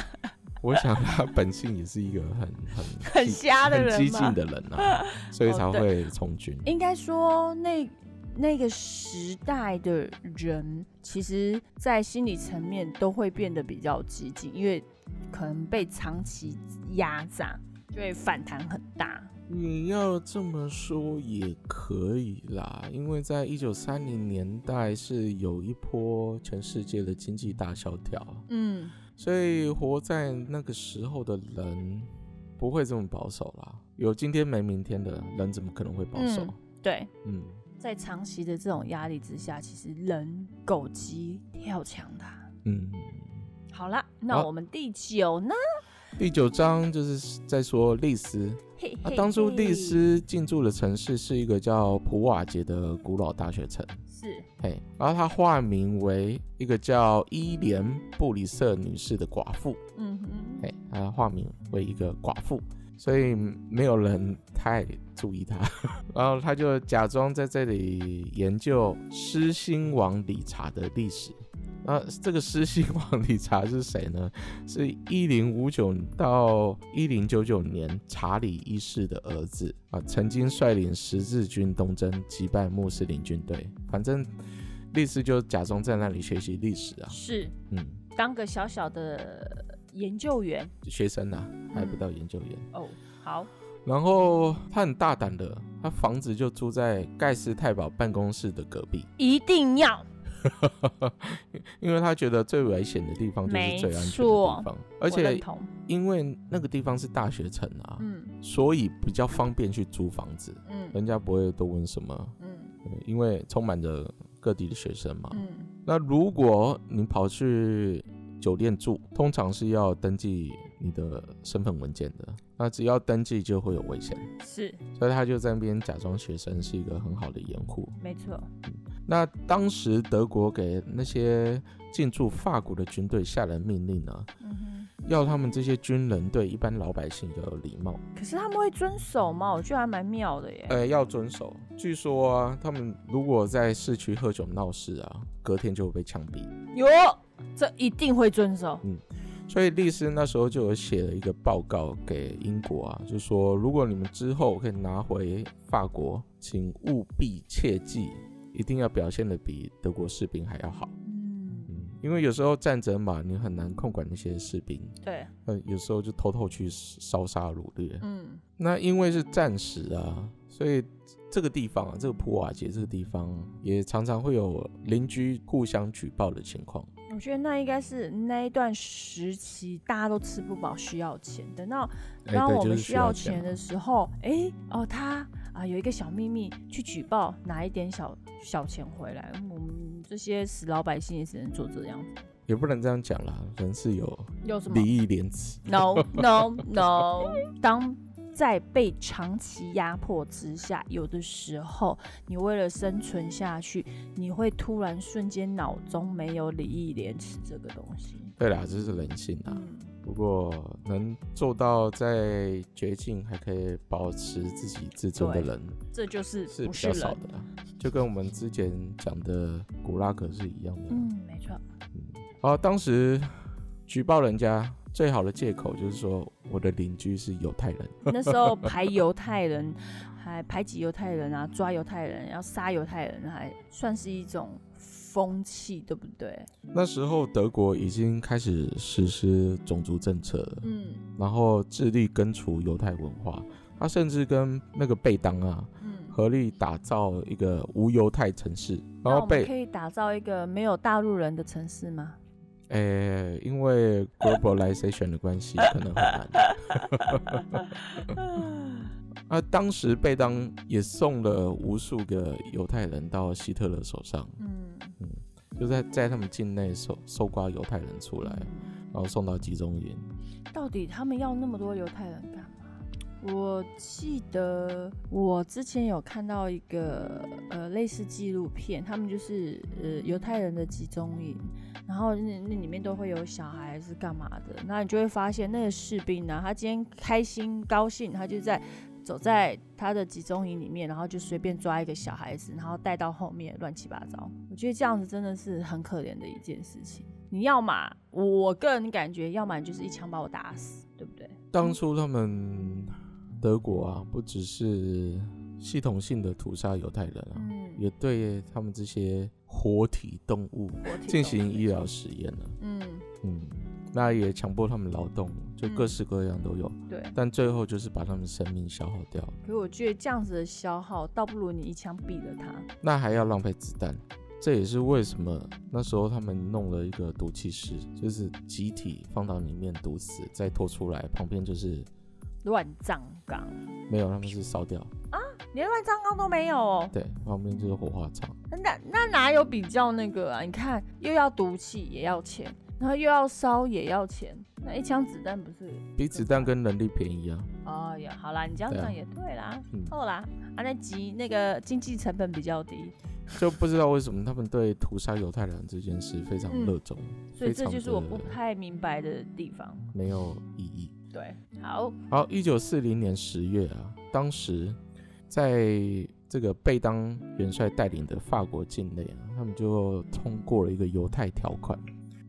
Speaker 1: 我想他本性也是一个 很很
Speaker 2: 很
Speaker 1: 激
Speaker 2: 瞎的
Speaker 1: 很
Speaker 2: 人
Speaker 1: 激进
Speaker 2: 吗
Speaker 1: 的人 啊，所以
Speaker 2: 哦
Speaker 1: 才
Speaker 2: 对
Speaker 1: 会从军。
Speaker 2: 应该说那那个时代的人，其实在心理层面都会变得比较激进，因为可能被长期压榨，就会反弹很大。
Speaker 1: 你要这么说也可以啦，因为在一九三零年代是有一波全世界的经济大萧条，
Speaker 2: 嗯，
Speaker 1: 所以活在那个时候的人不会这么保守啦。有今天没明天的人，怎么可能会保守？
Speaker 2: 对，
Speaker 1: 嗯，
Speaker 2: 在长期的这种压力之下，其实人狗急跳墙的啊。
Speaker 1: 嗯，
Speaker 2: 好啦，那
Speaker 1: 好
Speaker 2: 我们第九呢？
Speaker 1: 第九章就是在说丽丝。
Speaker 2: 嘿
Speaker 1: 啊
Speaker 2: 嘿，
Speaker 1: 当初丽
Speaker 2: 嘿
Speaker 1: 丝进驻的城市是一个叫普瓦捷的古老大学城，
Speaker 2: 是
Speaker 1: 嘿，然后她化名为一个叫伊莲布里瑟女士的寡妇，
Speaker 2: 嗯哼，
Speaker 1: 嘿，她哎化名为一个寡妇，所以没有人太注意她。 然后她就假装在这里研究狮心王理查的历史。那这个狮心王理查是谁呢？是一零五九到一零九九年查理一世的儿子啊，曾经率领十字军东征，击败穆斯林军队。反正历史就假装在那里学习历史啊，
Speaker 2: 是
Speaker 1: 嗯，
Speaker 2: 当个小小的研究员
Speaker 1: 学生啊，还不到研究员。
Speaker 2: 哦。好，
Speaker 1: 然后他很大胆的，他房子就住在盖斯太保办公室的隔壁，
Speaker 2: 一定要
Speaker 1: 因为他觉得最危险的地方就是最安
Speaker 2: 没
Speaker 1: 全的地
Speaker 2: 错
Speaker 1: 方，而
Speaker 2: 我认
Speaker 1: 且
Speaker 2: 同，
Speaker 1: 因为那个地方是大学城啊，
Speaker 2: 嗯
Speaker 1: 所以比较方便去租房子，
Speaker 2: 嗯
Speaker 1: 人家不会多问什么，
Speaker 2: 嗯
Speaker 1: 呃因为充满着各地的学生嘛。
Speaker 2: 嗯，
Speaker 1: 那如果你跑去酒店住，通常是要登记你的身份文件的，那只要登记就会有危险。
Speaker 2: 是
Speaker 1: 所以他就在那边假装学生是一个很好的掩护。
Speaker 2: 没错，
Speaker 1: 那当时德国给那些进驻法国的军队下了命令呢，
Speaker 2: 嗯
Speaker 1: 要他们这些军人对一般老百姓要有礼貌，
Speaker 2: 哼。可是他们会遵守吗？我觉得还蛮妙的耶。
Speaker 1: 呃，要遵守。据说啊，他们如果在市区喝酒闹事啊，隔天就会被枪毙。
Speaker 2: 有，这一定会遵守。
Speaker 1: 所以律师那时候就有写了一个报告给英国啊，就说如果你们之后可以拿回法国请务必切记，一定要表现的比德国士兵还要好。
Speaker 2: 嗯，
Speaker 1: 嗯，因为有时候战争嘛，你很难控管那些士兵，
Speaker 2: 对，
Speaker 1: 呃，有时候就偷偷去烧杀掳掠。
Speaker 2: 嗯
Speaker 1: 那因为是战时啊，所以这个地方啊，这个普瓦捷这个地方也常常会有邻居互相举报的情况。
Speaker 2: 我觉得那应该是那一段时期大家都吃不饱，需要钱。等到
Speaker 1: 哎
Speaker 2: 当
Speaker 1: 对
Speaker 2: 我
Speaker 1: 就
Speaker 2: 们
Speaker 1: 是需
Speaker 2: 需要
Speaker 1: 要
Speaker 2: 钱
Speaker 1: 钱
Speaker 2: 的
Speaker 1: 啊
Speaker 2: 时候，哎、哦，他啊有一个小秘密，去举报拿一点小小钱回来。嗯我们这些死老百姓也只能做这样子。
Speaker 1: 也不能这样讲啦，人是有
Speaker 2: 有什么
Speaker 1: 礼义廉耻。
Speaker 2: ？No No No！当在被长期压迫之下，有的时候你为了生存下去，你会突然瞬间脑中没有礼义廉耻这个东西。
Speaker 1: 对啦，这是人性啊。
Speaker 2: 嗯。
Speaker 1: 不过能做到在绝境还可以保持自己自尊的
Speaker 2: 对
Speaker 1: 人
Speaker 2: 这就是
Speaker 1: 是
Speaker 2: 不
Speaker 1: 比
Speaker 2: 是
Speaker 1: 较
Speaker 2: 人。
Speaker 1: 少的啦，就跟我们之前讲的古拉格是一样的。
Speaker 2: 嗯，没错。
Speaker 1: 好，当时举报人家最好的借口就是说我的邻居是犹太人，
Speaker 2: 那时候排犹太人，啊还排挤犹太人啊，抓犹太人，要杀犹太人，还算是一种风气，对不对？
Speaker 1: 那时候德国已经开始实施种族政策了，
Speaker 2: 嗯
Speaker 1: 然后致力根除犹太文化。他甚至跟那个贝当啊
Speaker 2: 嗯。
Speaker 1: 合力打造一个无犹太城市，然
Speaker 2: 那
Speaker 1: 后
Speaker 2: 我们
Speaker 1: 被
Speaker 2: 可以打造一个没有大陆人的城市吗？
Speaker 1: 诶、因为 globalization 的关系，可能很难。啊，当时贝当也送了无数个犹太人到希特勒手上，
Speaker 2: 嗯，
Speaker 1: 就在在他们境内收收刮犹太人出来，然后送到集中营。
Speaker 2: 到底他们要那么多犹太人干嘛？我记得我之前有看到一个呃类似纪录片，他们就是呃犹太人的集中营，然后那那里面都会有小孩是干嘛的，那你就会发现那个士兵呢、他今天开心高兴，他就在走在他的集中营里面，然后就随便抓一个小孩子，然后带到后面乱七八糟。我觉得这样子真的是很可怜的一件事情。你要嘛，我个人感觉，要么你就是一枪把我打死，对不对？
Speaker 1: 当初他们德国啊，不只是系统性的屠杀犹太人啊，
Speaker 2: 嗯，
Speaker 1: 也对他们这些活体动物
Speaker 2: 我挺
Speaker 1: 进
Speaker 2: 懂
Speaker 1: 行
Speaker 2: 的
Speaker 1: 医疗，实验啊了、
Speaker 2: 嗯，
Speaker 1: 嗯，那也强迫他们劳动，就各式各样都有，
Speaker 2: 对。
Speaker 1: 但最后就是把他们生命消耗掉，
Speaker 2: 可是我觉得这样子的消耗，倒不如你一枪毙了他。
Speaker 1: 那还要浪费子弹。这也是为什么那时候他们弄了一个毒气室，就是集体放到里面毒死，再拖出来，旁边就是
Speaker 2: 乱葬岗，
Speaker 1: 没有，他们是烧掉，
Speaker 2: 连乱葬岗都没有哦。
Speaker 1: 对，旁边就是火化场。
Speaker 2: 那那哪有比较那个啊？你看，又要毒气也要钱，然后又要烧也要钱，那一枪子弹不是？
Speaker 1: 比子弹跟人力便宜啊，
Speaker 2: 哦呀，好啦，你这样
Speaker 1: 对啊
Speaker 2: 讲也对啦，
Speaker 1: 嗯
Speaker 2: 够啦，啊那集那个经济成本比较低，
Speaker 1: 就不知道为什么他们对屠杀犹太人这件事非常
Speaker 2: 嗯
Speaker 1: 热衷，
Speaker 2: 所以
Speaker 1: 非
Speaker 2: 这
Speaker 1: 常
Speaker 2: 就是我
Speaker 1: 的
Speaker 2: 不太明白的地方。
Speaker 1: 没有意义。
Speaker 2: 对，好，
Speaker 1: 好，一九四零年十月啊，当时在这个贝当元帅带领的法国境内啊，他们就通过了一个犹太条款，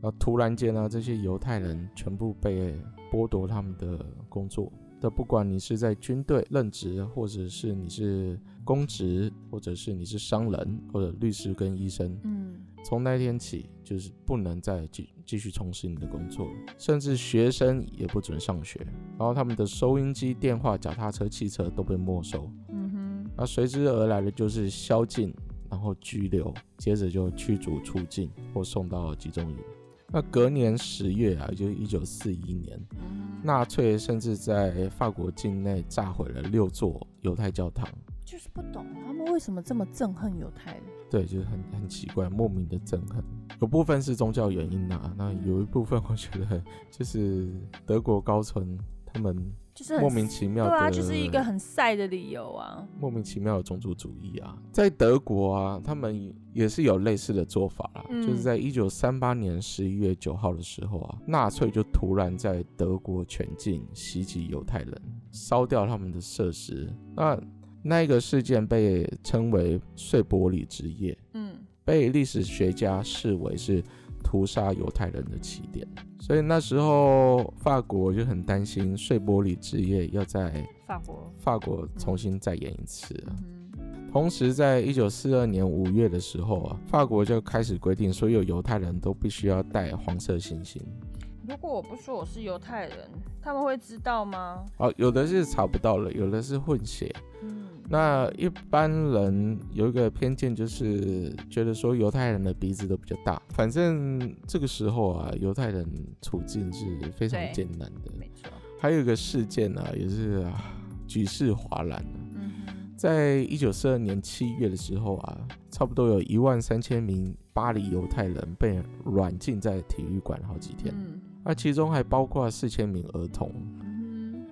Speaker 1: 然后突然间呢、这些犹太人全部被剥夺他们的工作。这不管你是在军队任职，或者是你是公职，或者是你是商人，或者律师跟医生，
Speaker 2: 嗯，
Speaker 1: 从那天起就是不能再继继续从事你的工作了，甚至学生也不准上学，然后他们的收音机、电话、脚踏车、汽车都被没收，
Speaker 2: 嗯哼，
Speaker 1: 那随之而来的就是宵禁，然后拘留，接着就驱逐出境或送到集中营。那隔年十月啊，也就是一九四一年，
Speaker 2: 嗯哼，
Speaker 1: 纳粹甚至在法国境内炸毁了六座犹太教堂。
Speaker 2: 就是不懂他们为什么这么憎恨犹太人。
Speaker 1: 对，就是很很奇怪，莫名的憎恨。有部分是宗教原因呐、那
Speaker 2: 嗯
Speaker 1: 有一部分我觉得就是德国高层他们
Speaker 2: 就是
Speaker 1: 莫
Speaker 2: 很
Speaker 1: 名其妙
Speaker 2: 对
Speaker 1: 的，
Speaker 2: 啊，就是一个很晒的理由啊。
Speaker 1: 莫名其妙的种族主义啊。在德国啊，他们也是有类似的做法啦，
Speaker 2: 嗯
Speaker 1: 就是在一九三八年十一月九号的时候啊，纳粹就突然在德国全境袭击犹太人，烧掉他们的设施。那那一个事件被称为“碎玻璃之夜”。
Speaker 2: 嗯，
Speaker 1: 被历史学家视为是屠杀犹太人的起点，所以那时候法国就很担心碎玻璃之夜要在
Speaker 2: 法国，
Speaker 1: 法国重新再演一次啊。
Speaker 2: 嗯哼，
Speaker 1: 同时，在一九四二年五月的时候啊，法国就开始规定，所有犹太人都必须要戴黄色星星。
Speaker 3: 如果我不说我是犹太人，他们会知道吗？
Speaker 1: 哦，有的是查不到了，有的是混血。
Speaker 3: 嗯，
Speaker 1: 那一般人有一个偏见，就是觉得说犹太人的鼻子都比较大。反正这个时候啊，犹太人处境是非常
Speaker 3: 对
Speaker 1: 艰难的。
Speaker 3: 没错。
Speaker 1: 还有一个事件呢、也是啊，举世哗然啊。
Speaker 3: 嗯哼，
Speaker 1: 在一九四二年七月的时候啊，差不多有一万三千名巴黎犹太人被软禁在体育馆好几天，
Speaker 3: 嗯
Speaker 1: 那、其中还包括四千名儿童。
Speaker 3: 嗯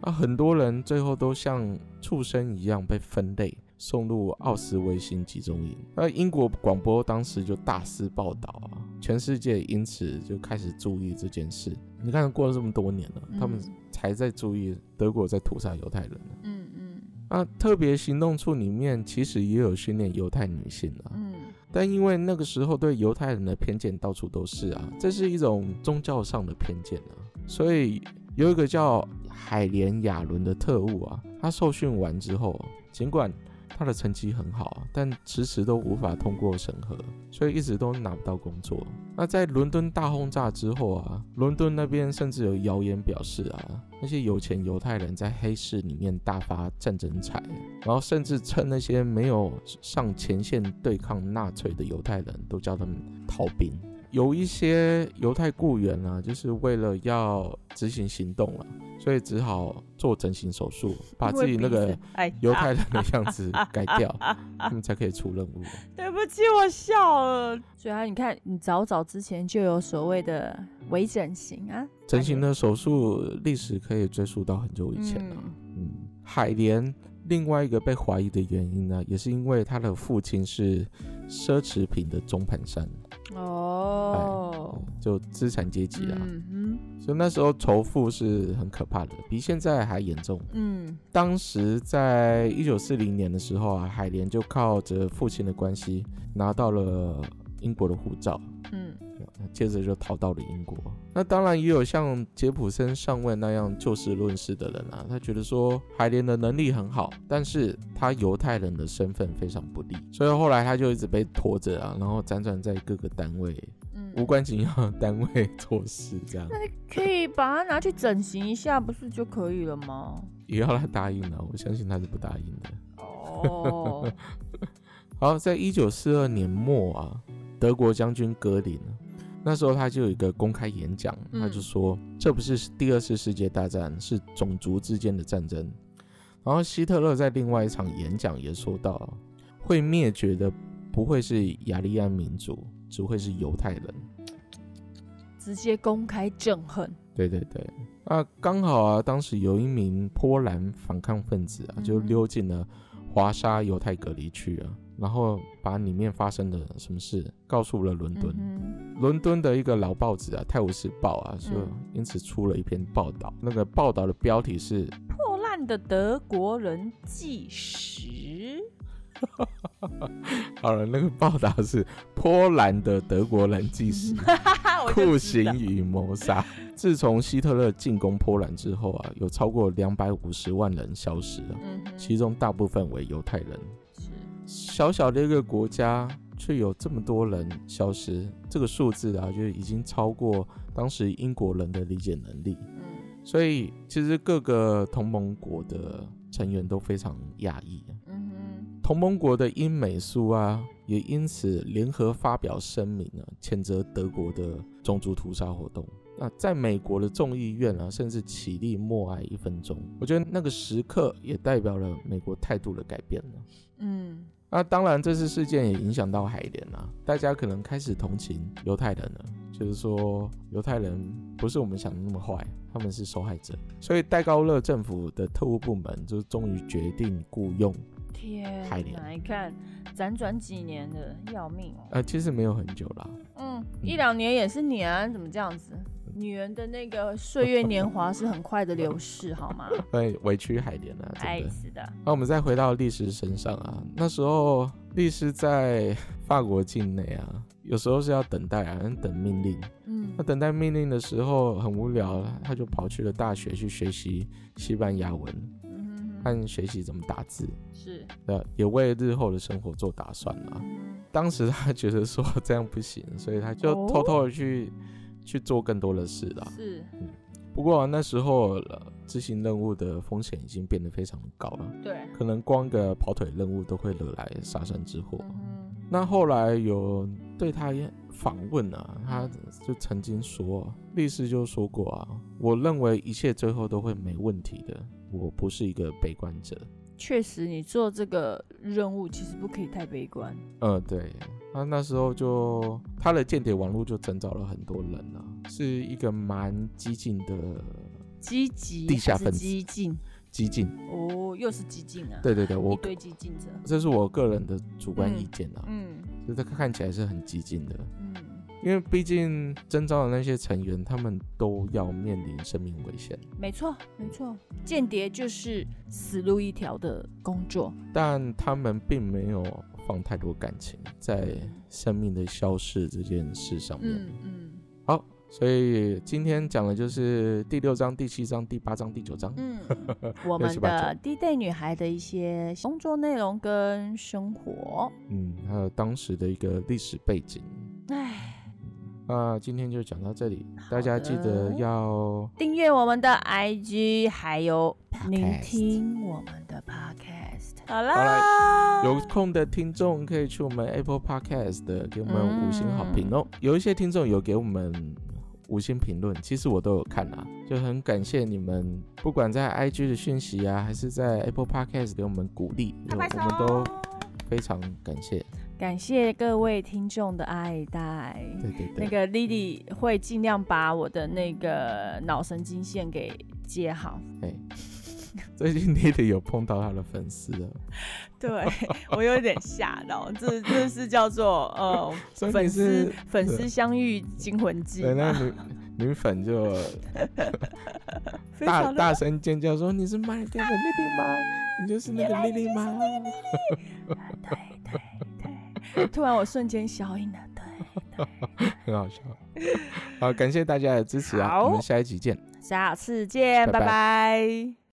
Speaker 1: 那、很多人最后都像畜生一样被分类，送入奥斯维辛集中营。那英国广播当时就大肆报道啊，全世界因此就开始注意这件事。你看，过了这么多年了，
Speaker 3: 哼，
Speaker 1: 他
Speaker 2: 嗯
Speaker 1: 们才在注意德国在屠杀犹太人呢。
Speaker 3: 嗯嗯
Speaker 1: 啊，特别行动处里面其实也有训练犹太女性啊，
Speaker 3: 嗯
Speaker 1: 但因为那个时候对犹太人的偏见到处都是啊，这是一种宗教上的偏见啊，所以有一个叫海莲亚伦的特务啊，他受训完之后，啊尽管他的成绩很好啊，但迟迟都无法通过审核，所以一直都拿不到工作。那在伦敦大轰炸之后啊，伦敦那边甚至有谣言表示啊，那些有钱犹太人在黑市里面大发战争财，然后甚至趁那些没有上前线对抗纳粹的犹太人都叫他们逃兵。有一些犹太雇员啊，就是为了要执行行动了、所以只好做整形手术，把自己那
Speaker 3: 因为
Speaker 1: 个
Speaker 3: 鼻子哎
Speaker 1: 犹
Speaker 3: 大
Speaker 1: 太人的样子改掉，他们才可以出任务。
Speaker 3: 对不起，我笑了。
Speaker 2: 所以啊，你看，你早早之前就有所谓的微整形啊，
Speaker 1: 整形的手术历史可以追溯到很久以前了、嗯，海莲另外一个被怀疑的原因呢，也是因为他的父亲是奢侈品的中盘商，
Speaker 3: 哦，
Speaker 1: 就资产阶级啦，
Speaker 3: 嗯
Speaker 1: 所以那时候仇富是很可怕的，比现在还严重。
Speaker 3: 哼，嗯
Speaker 1: 当时在一九四零年的时候啊，海莲就靠着父亲的关系拿到了英国的护照。
Speaker 3: 嗯
Speaker 1: 接着就逃到了英国。那当然也有像杰普森上尉那样就事论事的人啊，他觉得说海莲的能力很好，但是他犹太人的身份非常不利，所以后来他就一直被拖着啊，然后辗转在各个单位、
Speaker 3: 嗯，
Speaker 1: 无关紧要的单位 做事，这样
Speaker 2: 可以把它拿去整形一下，不是就可以了吗？
Speaker 1: 也要他答应了、我相信他是不答应的。
Speaker 3: 哦，
Speaker 1: 好，在一九四二年末啊，德国将军格林啊，那时候他就有一个公开演讲，
Speaker 3: 嗯
Speaker 1: 他就说、这不是第二次世界大战，是种族之间的战争。然后希特勒在另外一场演讲也说到，会灭绝的不会是雅利安民族，只会是犹太人。
Speaker 2: 直接公开憎恨，
Speaker 1: 对对对，那刚好啊，当时有一名波兰反抗分子啊，
Speaker 3: 嗯
Speaker 1: 就溜进了华沙犹太隔离区啊，然后把里面发生的什么事告诉了伦敦。
Speaker 3: 嗯
Speaker 1: 伦敦的一个老报纸啊，《泰晤士报》啊，就
Speaker 3: 嗯
Speaker 1: 因此出了一篇报道。那个报道的标题是
Speaker 3: 哼破烂的德国人计时，
Speaker 1: “好呃了”，那个报道是波兰的德国人技师。
Speaker 3: 哈 哈，我就
Speaker 1: 酷
Speaker 3: 知道
Speaker 1: 刑与谋杀。自从希特勒进攻波兰之后啊，有超过两百五十万人消失啊了，
Speaker 3: 嗯哼，
Speaker 1: 其中大部分为犹太人。
Speaker 3: 是
Speaker 1: 小小的一个国家，却有这么多人消失，这个数字啊，就已经超过当时英国人的理解能力。
Speaker 3: 嗯
Speaker 1: 所以，其实各个同盟国的成员都非常讶异。
Speaker 3: 嗯哼，
Speaker 1: 同盟国的英美苏啊，也因此联合发表声明啊，谴责德国的种族屠杀活动。那在美国的众议院啊，甚至起立默哀一分钟，我觉得那个时刻也代表了美国态度的改变了。
Speaker 3: 嗯
Speaker 1: 那当然，这次事件也影响到海莲啊，大家可能开始同情犹太人了，就是说犹太人不是我们想的那么坏，他们是受害者。所以戴高乐政府的特务部门就终于决定雇佣，
Speaker 3: 天
Speaker 1: 海绵
Speaker 3: 哪，你看辗转几年的，要命哦。
Speaker 1: 呃，其实没有很久啦，
Speaker 3: 嗯，
Speaker 2: 一两年也是年、啊，怎么这样子？女人的那个岁月年华是很快的流逝，好吗？
Speaker 1: 所以委屈海莲啊，
Speaker 3: 爱
Speaker 1: 真的。
Speaker 3: 死的，
Speaker 1: 那我们再回到律师身上啊，那时候律师在 法国境内啊，有时候是要等待啊，等命令。
Speaker 3: 嗯
Speaker 1: 那等待命令的时候很无聊，他就跑去了大学去学习西班牙文。
Speaker 3: 嗯哼
Speaker 1: 和学习怎么打字，
Speaker 3: 是，
Speaker 1: 那也为日后的生活做打算啊。当时他觉得说这样不行，所以他就
Speaker 2: 哦
Speaker 1: 偷偷的去、去做更多的事啦。
Speaker 3: 是，
Speaker 1: 不过、那时候、呃执行任务的风险已经变得非常高了，
Speaker 3: 对，
Speaker 1: 可能光个跑腿任务都会惹来杀身之祸。
Speaker 3: 嗯
Speaker 1: 那后来有对他访问啊，他就曾经说，律师就说过啊，我认为一切最后都会没问题的，我不是一个悲观者。
Speaker 2: 确实，你做这个任务其实不可以太悲观。
Speaker 1: 呃，对，他那时候就他的间谍网络就征召了很多人啊，是一个蛮激进的
Speaker 2: 积极
Speaker 1: 地下
Speaker 2: 还是
Speaker 1: 分子
Speaker 2: 激进
Speaker 1: 激进。
Speaker 2: 哦，又是激进啊！
Speaker 1: 对对对，
Speaker 3: 一
Speaker 1: 我
Speaker 3: 堆激进者，
Speaker 1: 这是我个人的主观
Speaker 3: 嗯
Speaker 1: 意见啊，
Speaker 3: 嗯
Speaker 1: 就是他看起来是很激进的，
Speaker 3: 嗯，
Speaker 1: 因为毕竟征召的那些成员，他们都要面临生命危险。
Speaker 2: 没错没错，间谍就是死路一条的工作。
Speaker 1: 但他们并没有放太多感情在生命的消逝这件事上面。
Speaker 3: 嗯嗯
Speaker 1: 好，所以今天讲的就是第六章、第七章、第八章、第九章。
Speaker 3: 嗯，
Speaker 2: 我们
Speaker 1: 689
Speaker 2: 的低 day 女孩的一些工作内容跟生活。
Speaker 1: 嗯，还有当时的一个历史背景。
Speaker 2: 唉，
Speaker 1: 那今天就讲到这里，
Speaker 2: 好
Speaker 1: 大
Speaker 2: 的
Speaker 1: 家记得要
Speaker 2: 订阅我们的 IG，还有
Speaker 1: Podcast
Speaker 2: 聆听我们的 Podcast。好
Speaker 1: 好
Speaker 2: 啦，
Speaker 1: 有空的听众可以去我们 Apple Podcast 的给我们五星好评哦。
Speaker 2: 嗯
Speaker 1: 有一些听众有给我们五星评论，其实我都有看啊，就很感谢你们，不管在 IG 的讯息啊，还是在 Apple Podcast 给我们鼓励，有我
Speaker 3: 拍手
Speaker 1: 们都非常感谢。
Speaker 2: 感谢各位听众的爱戴。
Speaker 1: 对对对，
Speaker 2: 那个 Lily 会尽量把我的那个脑神经线给接好。
Speaker 1: 哎，最近你得有碰到他的粉丝啊了，
Speaker 2: 对我有点吓到，这这是叫做呃
Speaker 1: 所以你
Speaker 2: 粉丝
Speaker 1: 是
Speaker 2: 粉丝相遇惊魂记
Speaker 1: 对那
Speaker 2: 嘛，
Speaker 1: 女女粉就
Speaker 2: 非
Speaker 1: 大
Speaker 2: 常的
Speaker 1: 大声尖叫说：“你是 My g a 丽丽吗？你就是那个丽丽吗？”
Speaker 2: 对对对， 突然我瞬间消音了，对，
Speaker 1: 很好笑。好，感谢大家的支持啊！
Speaker 2: 好
Speaker 1: 我们下一集见。
Speaker 2: 下次见，
Speaker 1: 拜拜
Speaker 2: 拜拜